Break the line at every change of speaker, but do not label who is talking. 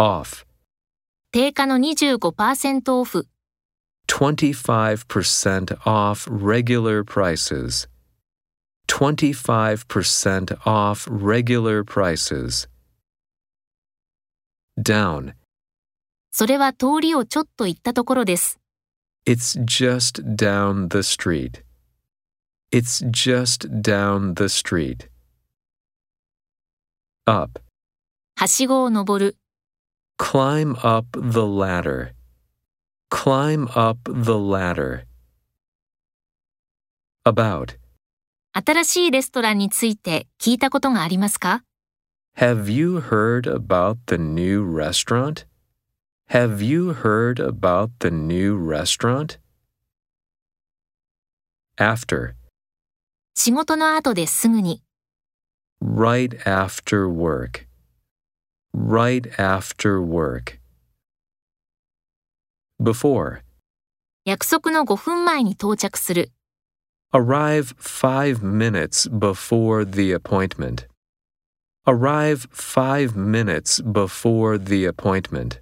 off,
定価の25%オフ、
25% off regular prices. 25% off regular prices. Down.
それは通りをちょっと行ったところです。
It's just down the street. It's just down the street. Up.
はしごを登る、
Climb up the ladder. Climb up the ladder. About.
新しいレストランについて聞いたことがありますか
Have you heard about the new restaurant? Have you heard about the new restaurant? After.
仕事の後ですぐに、
Right after work. Right after work. Before.
約束の5分前に到着する、
Arrive five minutes before the appointment. Arrive five minutes before the appointment.